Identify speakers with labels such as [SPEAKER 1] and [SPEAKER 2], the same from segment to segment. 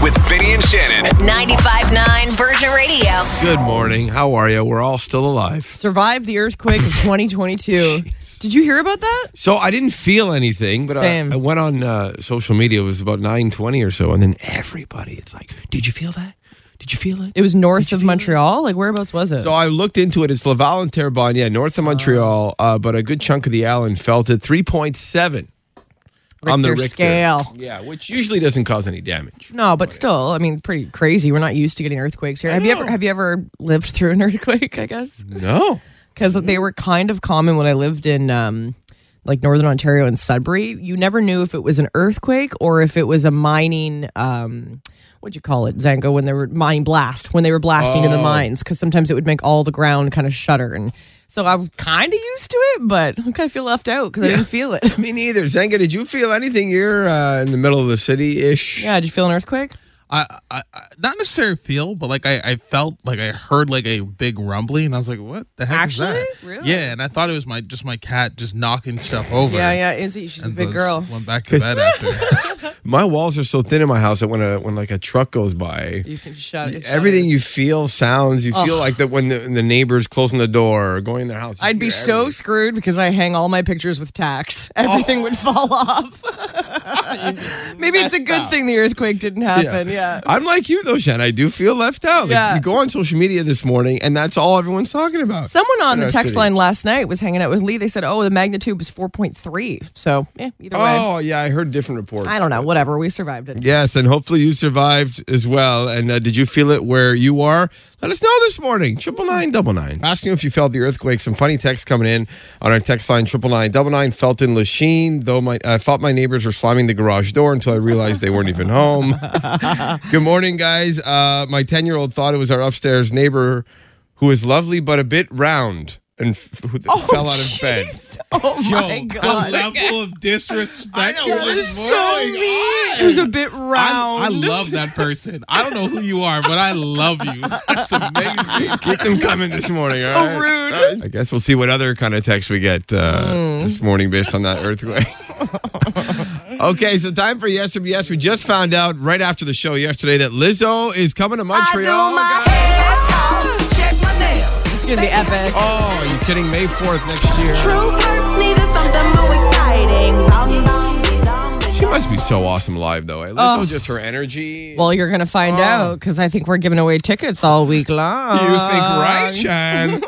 [SPEAKER 1] with Vinny and Shannon.
[SPEAKER 2] 95.9 Virgin Radio.
[SPEAKER 3] Good morning. How are you? We're all still alive.
[SPEAKER 4] survived the earthquake of 2022. Did you hear about that?
[SPEAKER 3] So I didn't feel anything, but I,
[SPEAKER 4] Same.
[SPEAKER 3] I went on uh, social media. It was about nine twenty or so, and then everybody. It's like, did you feel that? Did you feel it?
[SPEAKER 4] It was north of Montreal. Like whereabouts was it?
[SPEAKER 3] So I looked into it. It's Laval and Terrebonne, yeah, north of
[SPEAKER 4] Uh-huh.
[SPEAKER 3] Montreal, uh, but a good chunk of the island felt it. Three point seven on the
[SPEAKER 4] Richter
[SPEAKER 3] Richter
[SPEAKER 4] scale.
[SPEAKER 3] Yeah, which usually doesn't cause any damage.
[SPEAKER 4] no, but still, I mean, pretty crazy. We're not used to getting earthquakes here. Have you ever have you ever lived through an earthquake? I guess
[SPEAKER 3] No.
[SPEAKER 4] because
[SPEAKER 3] Mm-hmm.
[SPEAKER 4] they were kind of common when I lived in um, like northern Ontario and Sudbury. You never knew if it was an earthquake or if it was a mining. Um, What'd you call it, Zango? When they were mine blast, when they were blasting
[SPEAKER 3] Oh.
[SPEAKER 4] in the mines, because sometimes it would make all the ground kind of shudder, and so I'm kind of used to it, but I kind of feel left out because I didn't feel it.
[SPEAKER 3] Me neither. Zenga, did you feel anything? You're uh, in the middle of the city ish.
[SPEAKER 4] Yeah, did you feel an earthquake?
[SPEAKER 5] I, I, I not necessarily feel, but like I, I felt like I heard like a big rumbling, and I was like, "What the heck
[SPEAKER 4] Actually?
[SPEAKER 5] is that?"
[SPEAKER 4] Really?
[SPEAKER 5] Yeah, and I thought it was my just my cat just knocking stuff over.
[SPEAKER 4] Yeah, yeah, Izzy, she's a
[SPEAKER 5] And
[SPEAKER 4] big
[SPEAKER 5] just
[SPEAKER 4] girl.
[SPEAKER 5] Went back to bed after.
[SPEAKER 3] My walls are so thin in my house that when a when like a truck goes by,
[SPEAKER 4] You can shout it.
[SPEAKER 3] Everything you feel sounds. You feel like that when the, the neighbors closing the door or going in their house. you
[SPEAKER 4] I'd be
[SPEAKER 3] hear
[SPEAKER 4] so
[SPEAKER 3] everything.
[SPEAKER 4] screwed because I hang all my pictures with tacks. Everything would fall off. Maybe it's a good thing the earthquake didn't happen. Yeah.
[SPEAKER 3] I'm like you though, Shan. I do feel left out. Like,
[SPEAKER 4] Yeah.
[SPEAKER 3] You go on social media this morning, and that's all everyone's talking about.
[SPEAKER 4] Someone on
[SPEAKER 3] In
[SPEAKER 4] the
[SPEAKER 3] our
[SPEAKER 4] text
[SPEAKER 3] city.
[SPEAKER 4] line last night was hanging out with Lee. They said, "Oh, the magnitude was 4.3." So, yeah, either way,
[SPEAKER 3] Oh yeah, I heard different reports.
[SPEAKER 4] I don't know. Whatever, we survived it.
[SPEAKER 3] Yes, and hopefully you survived as well. And uh, did you feel it where you are? Let us know this morning. Triple nine double nine. Asking if you felt the earthquake. Some funny texts coming in on our text line. Triple nine double nine. Felt in Lachine. Though my I thought my neighbors were slamming the garage door until I realized they weren't even home. Good morning, guys. Uh, my ten year old thought it was our upstairs neighbor, who is lovely but a bit round and f- who fell out of bed.
[SPEAKER 4] Jeez. Oh my god.
[SPEAKER 5] level of disrespect.
[SPEAKER 3] know, what is so
[SPEAKER 4] It was a bit round.
[SPEAKER 5] I love that person. I don't know who you are, but I love you. That's amazing.
[SPEAKER 3] Get them coming this morning. so rude. I guess we'll see what other kind of texts we get uh,
[SPEAKER 4] Hmm.
[SPEAKER 3] this morning based on that earthquake. okay, so time for yes or yes. We just found out right after the show yesterday that Lizzo is coming to Montreal. guys.
[SPEAKER 4] It's gonna be epic.
[SPEAKER 3] Oh, are you kidding? May fourth next year. She must be so awesome live though. eh? Lizzo, just her energy.
[SPEAKER 4] Well, you're gonna find out because I think we're giving away tickets all week long.
[SPEAKER 3] Oh. you think
[SPEAKER 4] uh,
[SPEAKER 3] right,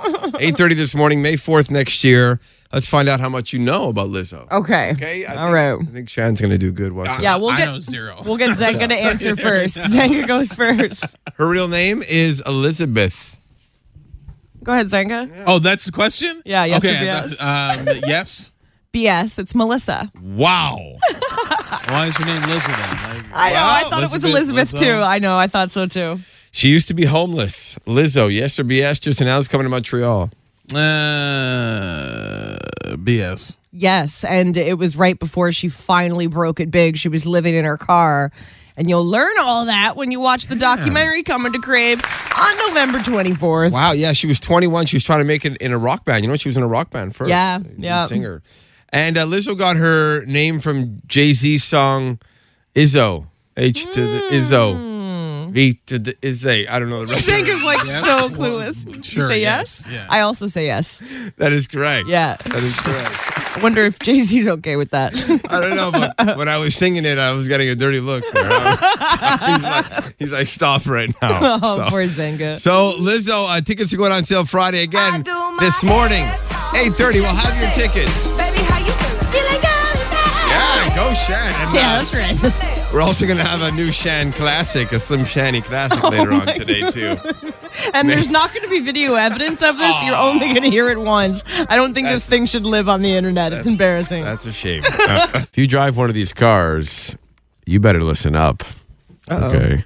[SPEAKER 3] Chan? Eight thirty this morning, May fourth next year. Let's find out how much you know about Lizzo.
[SPEAKER 4] Okay.
[SPEAKER 3] Okay. I
[SPEAKER 4] All
[SPEAKER 3] think,
[SPEAKER 4] right.
[SPEAKER 3] I think Shan's gonna do good. Watching.
[SPEAKER 4] Yeah, we'll
[SPEAKER 5] I
[SPEAKER 4] get-
[SPEAKER 5] know zero.
[SPEAKER 4] We'll get Zenga to answer first. Zenga goes first.
[SPEAKER 3] Her real name is Elizabeth.
[SPEAKER 4] Go ahead, Zenga.
[SPEAKER 5] oh, that's the question.
[SPEAKER 4] Yeah, yes
[SPEAKER 5] Okay.
[SPEAKER 4] or yes.
[SPEAKER 5] that- um, yes.
[SPEAKER 4] BS. It's Melissa.
[SPEAKER 5] Wow. Why is her name Lizzo then? Like,
[SPEAKER 4] I know. I
[SPEAKER 5] wow,
[SPEAKER 4] thought it was Elizabeth
[SPEAKER 3] uh,
[SPEAKER 5] Lizzo.
[SPEAKER 4] too. I know. I thought so too.
[SPEAKER 3] She used to be homeless. Lizzo, yes or BS, just announced coming to Montreal.
[SPEAKER 5] Uh, BS.
[SPEAKER 4] Yes, and it was right before she finally broke it big. She was living in her car, and you'll learn all that when you watch the documentary coming to Crave on November twenty fourth.
[SPEAKER 3] Wow, yeah, she was 21. She was trying to make it in a rock band. You know, she was in a rock band first.
[SPEAKER 4] Yeah,
[SPEAKER 3] lead
[SPEAKER 4] yeah.
[SPEAKER 3] Singer. And uh, Lizzo got her name from Jay Z's song Izzo. H to the
[SPEAKER 4] Hmm.
[SPEAKER 3] Izzo. V to the Izzo. I don't know the rest. of
[SPEAKER 4] Zenga's like so clueless. you
[SPEAKER 5] sure,
[SPEAKER 4] say yes?
[SPEAKER 5] yes, yeah.
[SPEAKER 4] I also say yes.
[SPEAKER 3] it. That is correct.
[SPEAKER 4] Yeah.
[SPEAKER 3] That is correct.
[SPEAKER 4] I wonder if Jay Z's okay with that.
[SPEAKER 3] I don't know, but when I was singing it, I was getting a dirty look. there. I was- he's, like, he's like, stop right now.
[SPEAKER 4] oh,
[SPEAKER 3] So-
[SPEAKER 4] poor Zenga.
[SPEAKER 3] So Lizzo, uh, tickets are going on sale Friday again this morning, 8:30. We'll have your tickets. Yeah, go Shan. And, uh,
[SPEAKER 4] yeah, that's right.
[SPEAKER 3] We're also going to have a new Shan classic, a Slim Shanny classic
[SPEAKER 4] Oh
[SPEAKER 3] later on today too.
[SPEAKER 4] And there's not going to be video evidence of this. You're only going to hear it once. I don't think this thing should live on the internet. It's embarrassing.
[SPEAKER 3] That's a shame. Uh, if you drive one of these cars, you better listen up. Okay.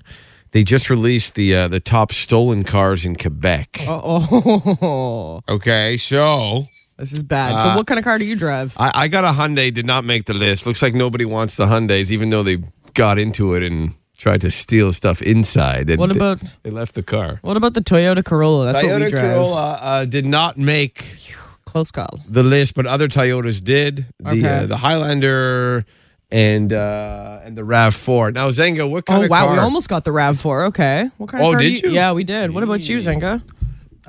[SPEAKER 3] They just released the uh, the top stolen cars in Quebec.
[SPEAKER 4] Oh,
[SPEAKER 3] Okay, so
[SPEAKER 4] this is bad. so, what kind of car do you drive?
[SPEAKER 3] Uh, I, I got a Hyundai, did not make the list. Looks like nobody wants the Hyundais, even though they got into it and tried to steal stuff inside. And
[SPEAKER 4] What
[SPEAKER 3] they-
[SPEAKER 4] about-
[SPEAKER 3] They, left the car.
[SPEAKER 4] What about the Toyota Corolla? That's what we drive.
[SPEAKER 3] Corolla uh, did not make
[SPEAKER 4] Close call.
[SPEAKER 3] the list, but other Toyotas did. The
[SPEAKER 4] Okay.
[SPEAKER 3] uh, the Highlander and uh, and the Rav Four. Now, Zenga, what kind
[SPEAKER 4] Oh
[SPEAKER 3] of
[SPEAKER 4] wow,
[SPEAKER 3] car?
[SPEAKER 4] we almost got the Rav Four. Okay, what kind
[SPEAKER 3] Oh,
[SPEAKER 4] of car?
[SPEAKER 3] did
[SPEAKER 4] do
[SPEAKER 3] you?
[SPEAKER 4] Yeah, we did. What about you, Zenga?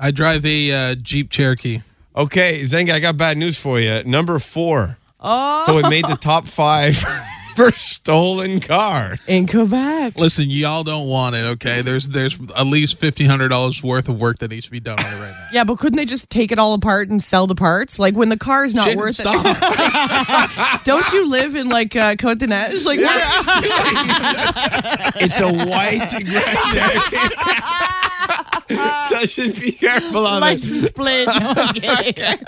[SPEAKER 5] I drive a uh, Jeep Cherokee.
[SPEAKER 3] okay, Zenga, I got bad news for you. Number four.
[SPEAKER 4] Oh,
[SPEAKER 3] So it made the top five for stolen car.
[SPEAKER 4] in Quebec.
[SPEAKER 5] Listen, y'all don't want it, okay? There's there's at least fifteen hundred dollars worth of work that needs to be done on it right now.
[SPEAKER 4] Yeah, but couldn't they just take it all apart and sell the parts? Like when the car's not
[SPEAKER 5] Shannon,
[SPEAKER 4] worth it.
[SPEAKER 5] stop.
[SPEAKER 4] Don't you live in like uh, Cote de Neiges? Like what?
[SPEAKER 3] It's a white Grand So I should be careful on this.
[SPEAKER 4] license plate. No, I'm kidding.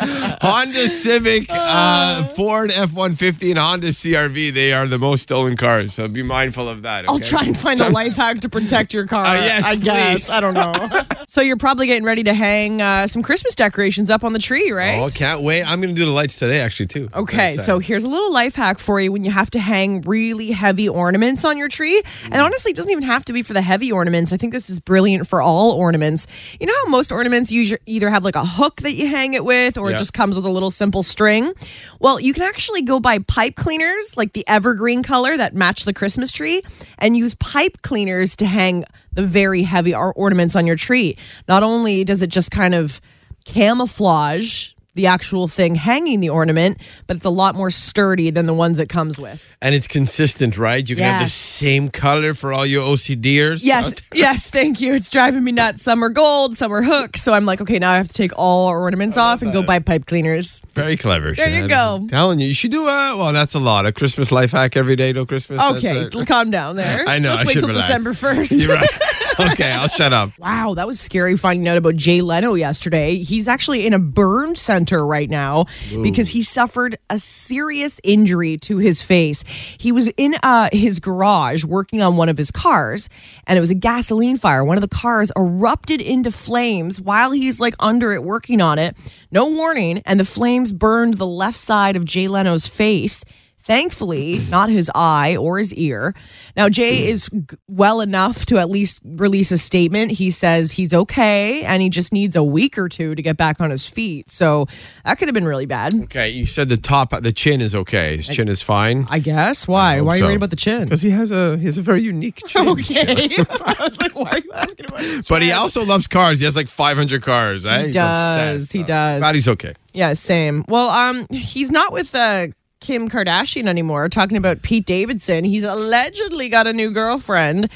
[SPEAKER 3] Honda Civic, uh, Ford F one fifty, and Honda CRV. They are the most stolen cars, so be mindful of that.
[SPEAKER 4] I'll
[SPEAKER 3] okay?
[SPEAKER 4] try and find a life hack to protect your car.
[SPEAKER 3] Uh, yes,
[SPEAKER 4] I
[SPEAKER 3] please.
[SPEAKER 4] guess. I don't know. so you're probably getting ready to hang uh, some Christmas decorations up on the tree, right?
[SPEAKER 3] Oh, can't wait! I'm gonna do the lights today, actually, too.
[SPEAKER 4] Okay, so here's a little life hack for you when you have to hang really heavy ornaments on your tree. And honestly, it doesn't even have to be for the heavy ornaments. I think this is brilliant for all ornaments. You know how most ornaments you usu- either have like a hook that you hang it with or
[SPEAKER 3] Yeah.
[SPEAKER 4] it just comes with a little simple string? Well, you can actually go buy pipe cleaners, like the evergreen color that match the Christmas tree, and use pipe cleaners to hang the very heavy or- ornaments on your tree. Not only does it just kind of camouflage the actual thing hanging the ornament, but it's a lot more sturdy than the ones it comes with.
[SPEAKER 3] and it's consistent, right? You can have the
[SPEAKER 4] Yes.
[SPEAKER 3] same color for all your OCDers.
[SPEAKER 4] Yes, yes, thank you. It's driving me nuts. Some are gold, some are hooks. So I'm like, okay, now I have to take all our ornaments off and go buy pipe cleaners.
[SPEAKER 3] very clever.
[SPEAKER 4] There you
[SPEAKER 3] Shan.
[SPEAKER 4] go.
[SPEAKER 3] I'm telling you, you should do a well. That's a lot. A Christmas life hack every day till Christmas. that's
[SPEAKER 4] Okay,
[SPEAKER 3] it.
[SPEAKER 4] calm down there.
[SPEAKER 3] I know,
[SPEAKER 4] Let's
[SPEAKER 3] I
[SPEAKER 4] wait
[SPEAKER 3] should
[SPEAKER 4] till
[SPEAKER 3] relax.
[SPEAKER 4] December first.
[SPEAKER 3] You're right. Okay, I'll shut up.
[SPEAKER 4] Wow, that was scary finding out about Jay Leno yesterday. He's actually in a burn center right now because he suffered a serious injury to his face. He was in uh, his garage working on one of his cars, and it was a gasoline fire. One of the cars erupted into flames while he's like under it working on it. No warning, and the flames burned the left side of Jay Leno's face. Thankfully, not his eye or his ear. Now, Jay is g- well enough to at least release a statement. He says he's okay and he just needs a week or two to get back on his feet. So that could have been really bad,
[SPEAKER 3] Okay, you said the top, the chin is okay. His chin is fine.
[SPEAKER 4] I guess. Why?
[SPEAKER 3] hope
[SPEAKER 4] Why are you
[SPEAKER 3] so.
[SPEAKER 4] worried about the chin?
[SPEAKER 3] Because he has a he has a very unique chin.
[SPEAKER 4] Okay. I was like, why are you asking about his
[SPEAKER 3] But he
[SPEAKER 4] chin?
[SPEAKER 3] also loves cars. He has like 500 cars. Right? He's
[SPEAKER 4] does.
[SPEAKER 3] obsessed.
[SPEAKER 4] He does.
[SPEAKER 3] Glad he's okay.
[SPEAKER 4] Yeah, same. Well, um, he's not with uh, Kim Kardashian anymore. Talking about Pete Davidson, he's allegedly got a new girlfriend.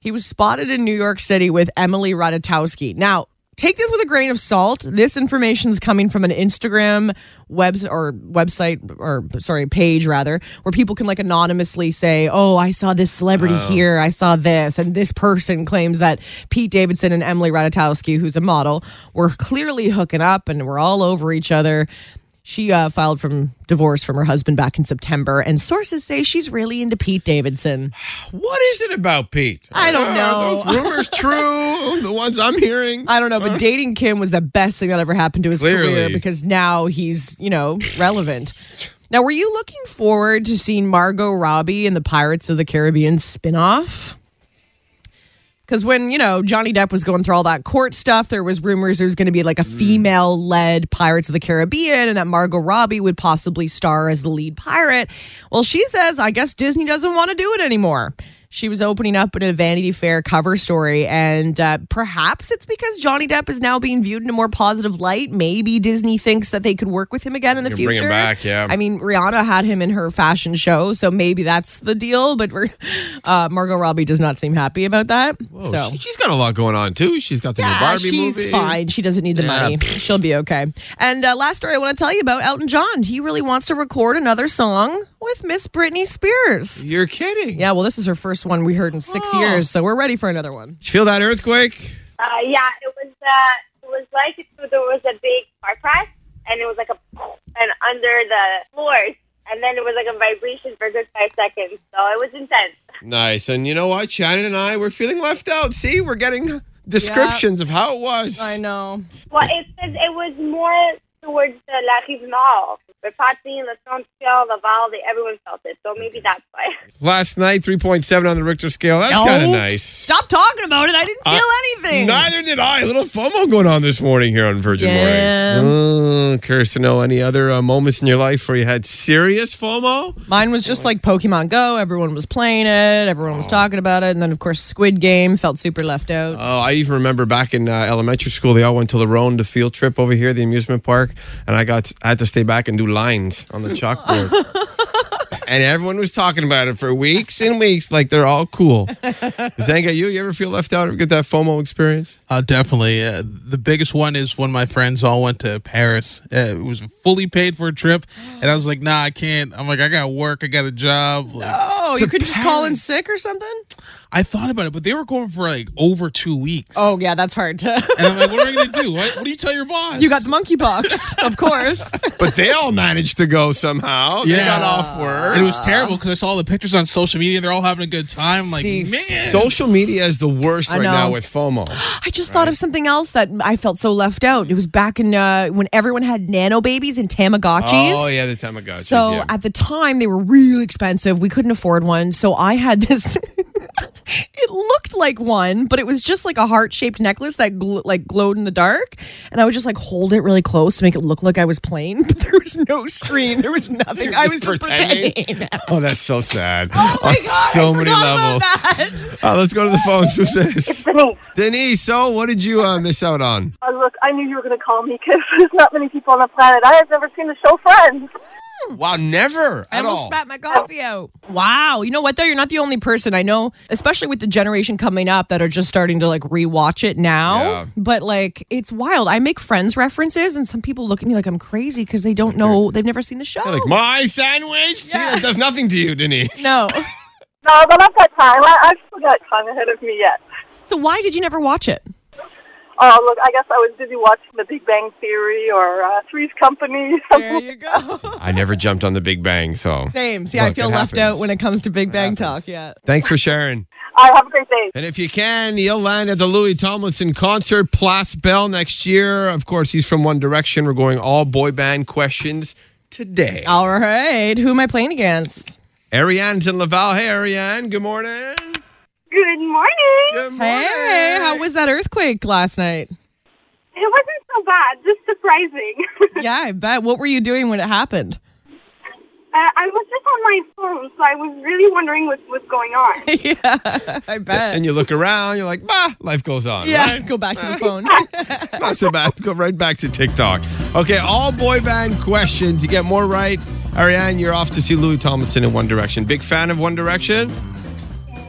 [SPEAKER 4] He was spotted in New York City with Emily Ratajkowski. Now, take this with a grain of salt. This information is coming from an Instagram web or website or sorry page rather, where people can like anonymously say, "Oh, I saw this celebrity here. I saw this," and this person claims that Pete Davidson and Emily Ratajkowski, who's a model, were clearly hooking up and were all over each other. She uh, filed from divorce from her husband back in September, and sources say she's really into Pete Davidson.
[SPEAKER 3] What is it about Pete?
[SPEAKER 4] I don't
[SPEAKER 3] Are
[SPEAKER 4] know.
[SPEAKER 3] those rumors true? the ones I'm hearing.
[SPEAKER 4] I don't know, but dating Kim was the best thing that ever happened to his career
[SPEAKER 3] Clearly.
[SPEAKER 4] because now he's, you know, relevant. now, were you looking forward to seeing Margot Robbie in the Pirates of the Caribbean spinoff? Because when, you know, Johnny Depp was going through all that court stuff, there was rumors there was going to be like a
[SPEAKER 3] Mm.
[SPEAKER 4] female led Pirates of the Caribbean and that Margot Robbie would possibly star as the lead pirate. Well, she says, I guess Disney doesn't want to do it anymore. She was opening up in a Vanity Fair cover story, and uh, perhaps it's because Johnny Depp is now being viewed in a more positive light. Maybe Disney thinks that they could work with him again in the
[SPEAKER 3] Can bring him
[SPEAKER 4] future.
[SPEAKER 3] back, yeah.
[SPEAKER 4] I mean, Rihanna had him in her fashion show, so maybe that's the deal. But we're- uh, Margot Robbie does not seem happy about that.
[SPEAKER 3] Oh,
[SPEAKER 4] so
[SPEAKER 3] she, has got a lot going on too. She's got the new
[SPEAKER 4] Ah,
[SPEAKER 3] Barbie
[SPEAKER 4] she's
[SPEAKER 3] movie.
[SPEAKER 4] fine. She doesn't need the
[SPEAKER 3] Yeah.
[SPEAKER 4] money. She'll be okay. And uh, last story I want to tell you about Elton John. He really wants to record another song with Miss Britney Spears.
[SPEAKER 3] You're kidding.
[SPEAKER 4] Yeah, well, this is her first one we heard in six years, so we're ready for another one.
[SPEAKER 3] Did you feel that earthquake?
[SPEAKER 1] Uh, yeah, it was. Uh, it was like if there was a big car crash, and it was like a and under the floors, and then it was like a vibration for a good five seconds. So it was intense.
[SPEAKER 3] Nice. And you know what? Shannon and I were feeling left out. See, we're getting descriptions of how it was.
[SPEAKER 4] I know.
[SPEAKER 1] Well, it says it was more towards the La Rive Nord, the Patsy and the Central, the Valley. Everyone felt it, so maybe that's why.
[SPEAKER 3] Last night, 3.7 on the Richter scale. That's kind of nice. Uh,
[SPEAKER 4] Stop talking about it. I didn't feel anything.
[SPEAKER 3] Neither did I. A little FOMO going on this morning here on Virgin
[SPEAKER 4] Yeah.
[SPEAKER 3] Mornings. Uh, curious to know any other uh, moments in your life where you had serious FOMO?
[SPEAKER 4] Mine was just like Pokemon Go. Everyone was playing it. Everyone was talking about it. And then, of course, Squid Game felt super left out.
[SPEAKER 3] Oh, I even remember back in uh, elementary school, they all went to the Rhone, the field trip over here, the amusement park, and I got I had to stay back and do lines on the chalkboard. and everyone was talking about it for weeks and weeks, like they're all cool. Zanga, you you ever feel left out? Ever get that FOMO experience?
[SPEAKER 5] Uh, definitely. Uh, the biggest one is when my friends all went to Paris. Uh, it was fully paid for a trip, and I was like, "Nah, I can't." I'm like, "I got work. I got a job." Like,
[SPEAKER 4] oh, you could just call in sick or something?
[SPEAKER 5] I thought about it, but they were going for like over two weeks.
[SPEAKER 4] Oh, yeah, that's hard to.
[SPEAKER 5] and I'm like, "What are we gonna do? What, what do you tell your boss?"
[SPEAKER 4] you got the monkeypox, of course.
[SPEAKER 3] But they all managed to go somehow. They
[SPEAKER 5] Yeah.
[SPEAKER 3] got off work.
[SPEAKER 5] And it was
[SPEAKER 4] Ah.
[SPEAKER 5] terrible because I saw all the pictures on social media. They're all having a good time. I'm like,
[SPEAKER 4] See,
[SPEAKER 5] man,
[SPEAKER 3] Social media is the worst
[SPEAKER 4] I
[SPEAKER 3] right now
[SPEAKER 4] know.
[SPEAKER 3] with FOMO.
[SPEAKER 4] I just thought of something else that I felt so left out. It was back in uh, when everyone had nano babies and Tamagotchis.
[SPEAKER 3] Oh yeah, the Tamagotchis.
[SPEAKER 4] So
[SPEAKER 3] yeah.
[SPEAKER 4] at the time, they were really expensive. We couldn't afford one. So I had this. it looked like one, but it was just like a heart shaped necklace that gl- like glowed in the dark. And I would just like hold it really close to make it look like I was playing. But there was no screen. There was nothing. I was just
[SPEAKER 3] pretending.
[SPEAKER 4] pretending.
[SPEAKER 3] oh, that's so sad.
[SPEAKER 4] Oh my
[SPEAKER 3] On
[SPEAKER 4] god!
[SPEAKER 3] so
[SPEAKER 4] I
[SPEAKER 3] many
[SPEAKER 4] forgot
[SPEAKER 3] levels.
[SPEAKER 4] about that.
[SPEAKER 3] Uh, let's go to the phones. Who's this?
[SPEAKER 6] Denise,
[SPEAKER 3] Denise, so what did you uh, miss out on?
[SPEAKER 6] oh, look, I knew you were going to call me because there's not many people on the planet. I have never seen the show Friends.
[SPEAKER 3] Wow, never
[SPEAKER 4] I
[SPEAKER 3] at
[SPEAKER 4] almost
[SPEAKER 3] all.
[SPEAKER 4] spat my coffee out. Wow. You know what though? You're not the only person I know, especially with the generation coming up that are just starting to like rewatch it now.
[SPEAKER 3] Yeah.
[SPEAKER 4] But like it's wild. I make friends references and some people look at me like I'm crazy because they don't know they've never seen the show.
[SPEAKER 3] Like my sandwich. See,
[SPEAKER 4] Yeah.
[SPEAKER 3] that does nothing to you, Denise.
[SPEAKER 4] no.
[SPEAKER 6] No, but I've got time. I, I've still got time ahead of me yet.
[SPEAKER 4] So why did you never watch it?
[SPEAKER 6] Oh, look, I guess I was busy watching The Big Bang Theory or uh, Three's Company.
[SPEAKER 4] There you go.
[SPEAKER 3] I never jumped on the Big Bang. So
[SPEAKER 4] Same. See, I
[SPEAKER 3] Look,
[SPEAKER 4] feel
[SPEAKER 3] it
[SPEAKER 4] left
[SPEAKER 3] happens.
[SPEAKER 4] out when it comes to Big Bang Talk. Yeah.
[SPEAKER 3] thanks for sharing.
[SPEAKER 6] I have a great day.
[SPEAKER 3] And if you can, you'll land at the Louis Tomlinson concert, Place Bell next year. Of course, he's from One Direction. We're going all boy band questions today.
[SPEAKER 4] All right. Who am I playing against?
[SPEAKER 3] Ariane's in Laval. Hey, Ariane. Good morning.
[SPEAKER 1] Good morning.
[SPEAKER 3] Good morning.
[SPEAKER 4] Hey, how was that earthquake last night?
[SPEAKER 1] It wasn't so bad, just surprising.
[SPEAKER 4] yeah, I bet. What were you doing when it happened?
[SPEAKER 1] uh, I was just on my phone, so I was really wondering what was going on.
[SPEAKER 4] yeah, I bet.
[SPEAKER 3] And you look around, you're like, bah, life goes on.
[SPEAKER 4] Yeah,
[SPEAKER 3] right?
[SPEAKER 4] go back to the phone.
[SPEAKER 3] Not so bad. Go right back to TikTok. Okay, all boy band questions. You get more right. Ariane, you're off to see Louis Tomlinson in One Direction. Big fan of One Direction?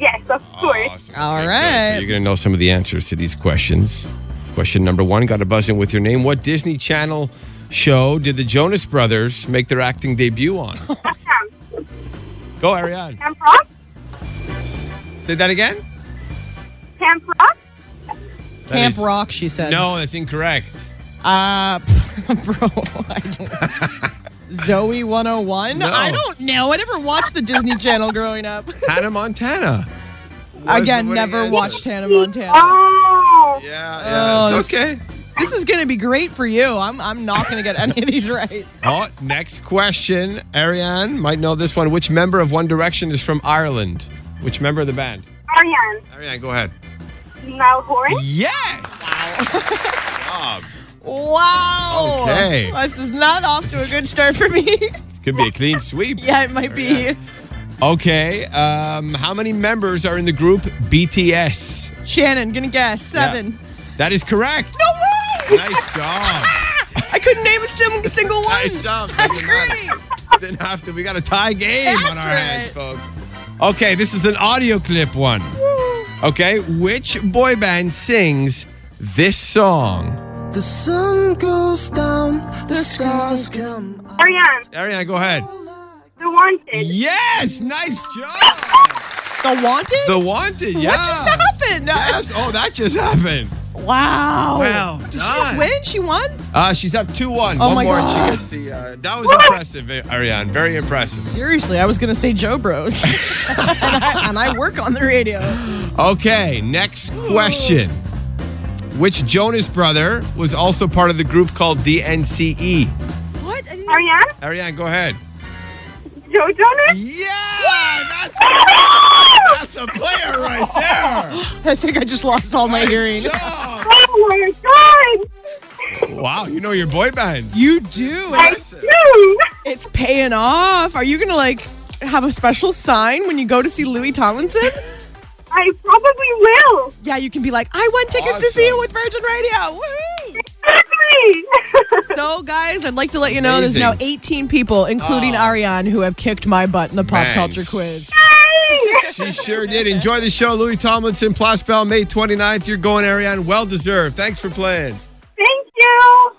[SPEAKER 1] Yes, of course.
[SPEAKER 3] Awesome.
[SPEAKER 4] All
[SPEAKER 3] Okay, good.
[SPEAKER 4] right.
[SPEAKER 3] So you're going to know some of the answers to these questions. Question number one got to buzz in with your name. What Disney Channel show did the Jonas Brothers make their acting debut on? Go, Ariane.
[SPEAKER 1] Camp Rock?
[SPEAKER 3] Say that again?
[SPEAKER 1] Camp Rock?
[SPEAKER 3] That
[SPEAKER 4] Camp
[SPEAKER 3] is-
[SPEAKER 4] Rock, she said.
[SPEAKER 3] No, that's incorrect.
[SPEAKER 4] Uh, bro, I don't. Zoe 101?
[SPEAKER 3] No.
[SPEAKER 4] I don't know. I never watched the Disney Channel growing up.
[SPEAKER 3] Hannah Montana. was
[SPEAKER 4] Again,
[SPEAKER 3] the
[SPEAKER 4] never
[SPEAKER 3] winning
[SPEAKER 4] watched Hannah Montana.
[SPEAKER 1] Oh.
[SPEAKER 3] answer. Yeah, yeah.
[SPEAKER 4] Oh,
[SPEAKER 3] it's
[SPEAKER 4] this-
[SPEAKER 3] okay.
[SPEAKER 4] This is going to be great for you. I'm, I'm not going to get any of these right.
[SPEAKER 3] Oh, next question. Ariane might know this one. Which member of One Direction is from Ireland? Which member of the band?
[SPEAKER 1] Ariane.
[SPEAKER 3] Ariane, go ahead.
[SPEAKER 1] Niall Horan?
[SPEAKER 3] Yes! Wow.
[SPEAKER 4] Wow.
[SPEAKER 3] Okay.
[SPEAKER 4] This is not off to a good start for me.
[SPEAKER 3] this could be a clean sweep.
[SPEAKER 4] yeah, it might
[SPEAKER 3] Oh,
[SPEAKER 4] be.
[SPEAKER 3] Okay. Um, how many members are in the group BTS?
[SPEAKER 4] Shannon, gonna guess. Seven.
[SPEAKER 3] That is correct.
[SPEAKER 4] No way!
[SPEAKER 3] Nice job.
[SPEAKER 4] I couldn't name a sim- single one.
[SPEAKER 3] Nice job.
[SPEAKER 4] That's
[SPEAKER 3] Doesn't matter.
[SPEAKER 4] great.
[SPEAKER 3] Didn't have to. We got a tie game on our hands,
[SPEAKER 4] That's
[SPEAKER 3] folks. Okay, this is an audio clip one. Okay, which boy band sings this song?
[SPEAKER 7] The sun goes down, the stars come up.
[SPEAKER 1] Ariane.
[SPEAKER 3] Ariana, go ahead.
[SPEAKER 1] The Wanted.
[SPEAKER 3] Yes, nice job.
[SPEAKER 4] The Wanted?
[SPEAKER 3] The Wanted, yeah.
[SPEAKER 4] What just happened?
[SPEAKER 3] Yes. Oh, that just happened.
[SPEAKER 4] Wow.
[SPEAKER 3] Well
[SPEAKER 4] Did she just
[SPEAKER 3] done.
[SPEAKER 4] win? She won?
[SPEAKER 3] Uh, she's up 2 1.
[SPEAKER 4] Oh
[SPEAKER 3] One
[SPEAKER 4] my
[SPEAKER 3] more and she
[SPEAKER 4] God.
[SPEAKER 3] gets the. Uh, that was impressive, Ariane. Very impressive.
[SPEAKER 4] Seriously, I was going to say Joe Bros. and, I, and I work on the radio.
[SPEAKER 3] Okay, next question. Which Jonas brother was also part of the group called DNCE?
[SPEAKER 4] What? I didn't
[SPEAKER 1] Ariane?
[SPEAKER 3] Ariane, go ahead.
[SPEAKER 1] Joe Jonas?
[SPEAKER 3] Yeah! That's, that's a player right there.
[SPEAKER 4] I think I just lost all my hearing.
[SPEAKER 3] Oh,
[SPEAKER 1] Oh my god!
[SPEAKER 3] wow, you know your boy bands.
[SPEAKER 4] You do.
[SPEAKER 1] I do.
[SPEAKER 4] It's paying off. Are you gonna like have a special sign when you go to see Louis Tomlinson?
[SPEAKER 1] I probably will.
[SPEAKER 4] yeah, you can be like, I won tickets to see you with Virgin Radio. Woohoo!
[SPEAKER 1] Exactly.
[SPEAKER 4] So, guys, I'd like to let you know there's now 18 people, including Ariane, who have kicked my butt in the pop
[SPEAKER 3] Man.
[SPEAKER 4] culture quiz.
[SPEAKER 3] She sure did. Enjoy the show. Louis Tomlinson, Place Bell, May 29th. You're going, Ariane. Well deserved. Thanks for playing.
[SPEAKER 1] Thank you.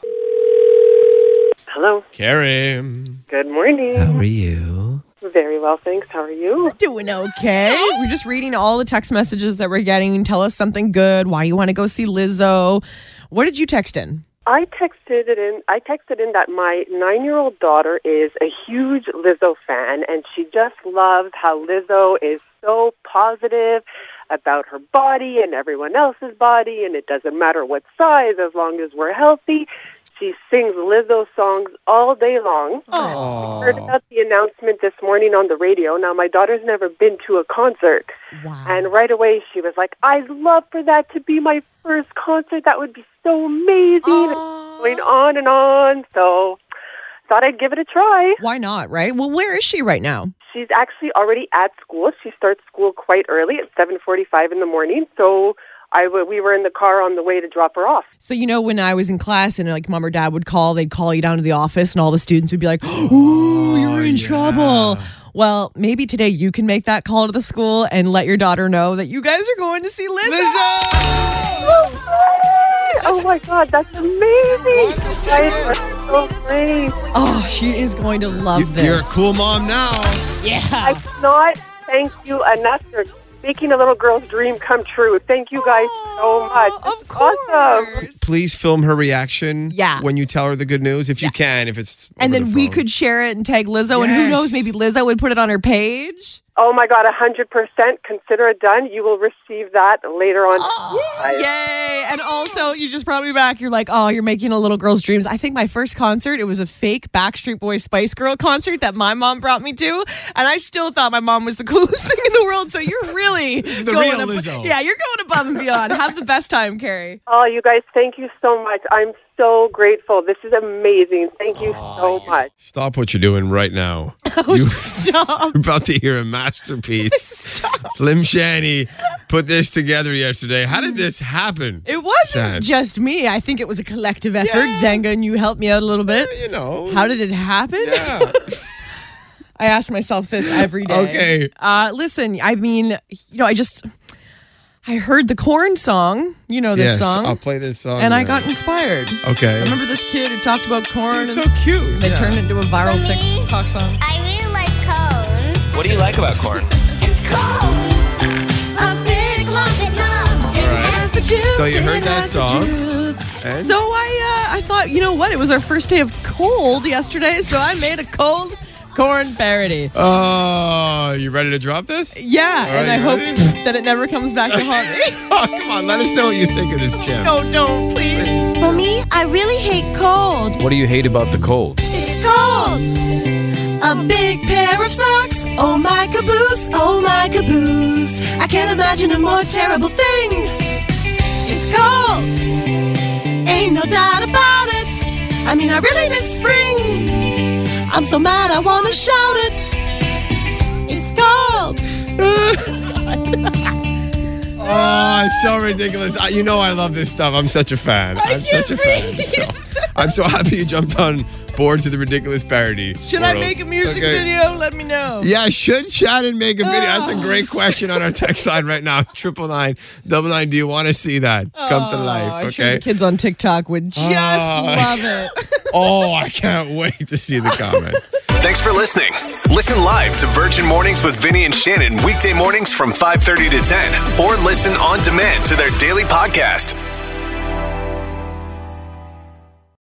[SPEAKER 6] Hello.
[SPEAKER 3] Karen.
[SPEAKER 6] Good morning.
[SPEAKER 3] How are you?
[SPEAKER 6] Very well, thanks. How are you?
[SPEAKER 4] Doing okay. We're just reading all the text messages that we're getting. Tell us something good, why you want to go see Lizzo. What did you text in?
[SPEAKER 6] I texted it in. I texted in that my nine-year-old daughter is a huge Lizzo fan, and she just loves how Lizzo is so positive about her body and everyone else's body, and it doesn't matter what size as long as we're healthy. She sings Lizzo songs all day long. Heard about the announcement this morning on the radio. Now my daughter's never been to a concert.
[SPEAKER 4] Wow.
[SPEAKER 6] And right away she was like, I'd love for that to be my first concert. That would be so amazing. And Going on and on. So thought I'd give it a try.
[SPEAKER 4] Why not, right? Well, where is she right now?
[SPEAKER 6] She's actually already at school. She starts school quite early at seven forty five in the morning. So I w- we were in the car on the way to drop her off.
[SPEAKER 4] So you know when I was in class and like mom or dad would call, they'd call you down to the office and all the students would be like,
[SPEAKER 6] Oh,
[SPEAKER 4] "Ooh, you're in trouble." Well, maybe today you can make that call to the school and let your daughter know that you guys are going to see Lizzo.
[SPEAKER 3] Lizzo!
[SPEAKER 6] Oh my god, that's amazing. You guys are so great.
[SPEAKER 4] Oh, she is going to love this.
[SPEAKER 3] You're a cool mom now.
[SPEAKER 6] I cannot thank you enough for making a little girl's dream come true. Thank you guys so much.
[SPEAKER 4] Oh, Of
[SPEAKER 6] It's
[SPEAKER 4] course.
[SPEAKER 6] Awesome.
[SPEAKER 3] Please film her reaction.
[SPEAKER 4] Yeah.
[SPEAKER 3] When you tell her the good news, if you can, if it's.
[SPEAKER 4] And
[SPEAKER 3] over
[SPEAKER 4] then
[SPEAKER 3] the
[SPEAKER 4] we
[SPEAKER 3] phone.
[SPEAKER 4] could share it and tag Lizzo, and who
[SPEAKER 3] Yes.
[SPEAKER 4] knows, maybe Lizzo would put it on her page.
[SPEAKER 6] Oh my God, 100%. Consider it done. You will receive that later on.
[SPEAKER 4] Ah.
[SPEAKER 3] Oh.
[SPEAKER 4] Yay! And also, you just brought me back. You're like, oh, you're making a little girl's dreams. I think my first concert, it was a fake Backstreet Boys Spice Girl concert that my mom brought me to, and I still thought my mom was the coolest thing in the world. So you're really
[SPEAKER 3] the
[SPEAKER 4] going
[SPEAKER 3] real
[SPEAKER 4] ab-
[SPEAKER 3] Lizzo.
[SPEAKER 4] Yeah, you're going above and beyond. Have the best time, Carrie.
[SPEAKER 6] Oh, you guys, thank you so much. I'm so grateful. This is amazing. Thank you so much.
[SPEAKER 3] Stop what you're doing right now. you,
[SPEAKER 4] Stop.
[SPEAKER 3] are about to hear a masterpiece. Slim Shanny put this together yesterday. How did this happen?
[SPEAKER 4] It wasn't
[SPEAKER 3] Sad.
[SPEAKER 4] just me. I think it was a collective effort. Zanga and you helped me out a little bit.
[SPEAKER 3] you know.
[SPEAKER 4] How did it happen?
[SPEAKER 3] Yeah.
[SPEAKER 4] I ask myself this every day.
[SPEAKER 3] Okay.
[SPEAKER 4] Uh, listen, I mean, you know, I just I heard the corn song. You know this
[SPEAKER 3] Yes,
[SPEAKER 4] song,
[SPEAKER 3] I'll play this song.
[SPEAKER 4] and I
[SPEAKER 3] now.
[SPEAKER 4] got inspired. I
[SPEAKER 3] Okay.
[SPEAKER 4] remember this kid who talked about corn,
[SPEAKER 3] He's so
[SPEAKER 4] and
[SPEAKER 3] cute.
[SPEAKER 4] they
[SPEAKER 3] Yeah.
[SPEAKER 4] turned it into a viral TikTok song.
[SPEAKER 8] I really like cone.
[SPEAKER 9] What do you like about corn?
[SPEAKER 8] It's cone. A big lump it knobs. It has the juice.
[SPEAKER 3] So you heard that song. and-
[SPEAKER 4] So I, uh, I thought, you know what? It was our first day of cold yesterday, so I made a cold corn parody.
[SPEAKER 3] Oh, you ready to drop this?
[SPEAKER 4] Yeah,
[SPEAKER 3] All right,
[SPEAKER 4] and I
[SPEAKER 3] you
[SPEAKER 4] hope
[SPEAKER 3] ready?
[SPEAKER 4] that it never comes back to haunt me.
[SPEAKER 3] Oh, come on. Let us know what you think of this jam.
[SPEAKER 4] no, Oh, don't, please.
[SPEAKER 2] For me, I really hate cold.
[SPEAKER 9] What do you hate about the cold?
[SPEAKER 2] It's cold. A big pair of socks. Oh my caboose. Oh my caboose. I can't imagine a more terrible thing. It's cold. Ain't no doubt about it. I mean, I really miss spring. I'm so mad I wanna shout it. It's cold.
[SPEAKER 3] Oh, it's so ridiculous. I, you know I love this stuff. I'm such a fan. I am such a fan. So, I'm so happy you jumped on board to the ridiculous parody.
[SPEAKER 4] Should I
[SPEAKER 3] world.
[SPEAKER 4] make a music
[SPEAKER 3] Okay.
[SPEAKER 4] video? Ah. Let me know.
[SPEAKER 3] Yeah, should Shannon make a video? That's a great question on our text line right now. Triple nine, double nine. Do you want to see that come to
[SPEAKER 4] Oh,
[SPEAKER 3] life?
[SPEAKER 4] I'm sure
[SPEAKER 3] Okay.
[SPEAKER 4] the kids on TikTok would just love it.
[SPEAKER 3] Oh, I can't wait to see the comments.
[SPEAKER 10] Thanks for listening. Listen live to Virgin Mornings with Vinny and Shannon weekday mornings from 5:30 to 10 or listen on demand to their daily podcast.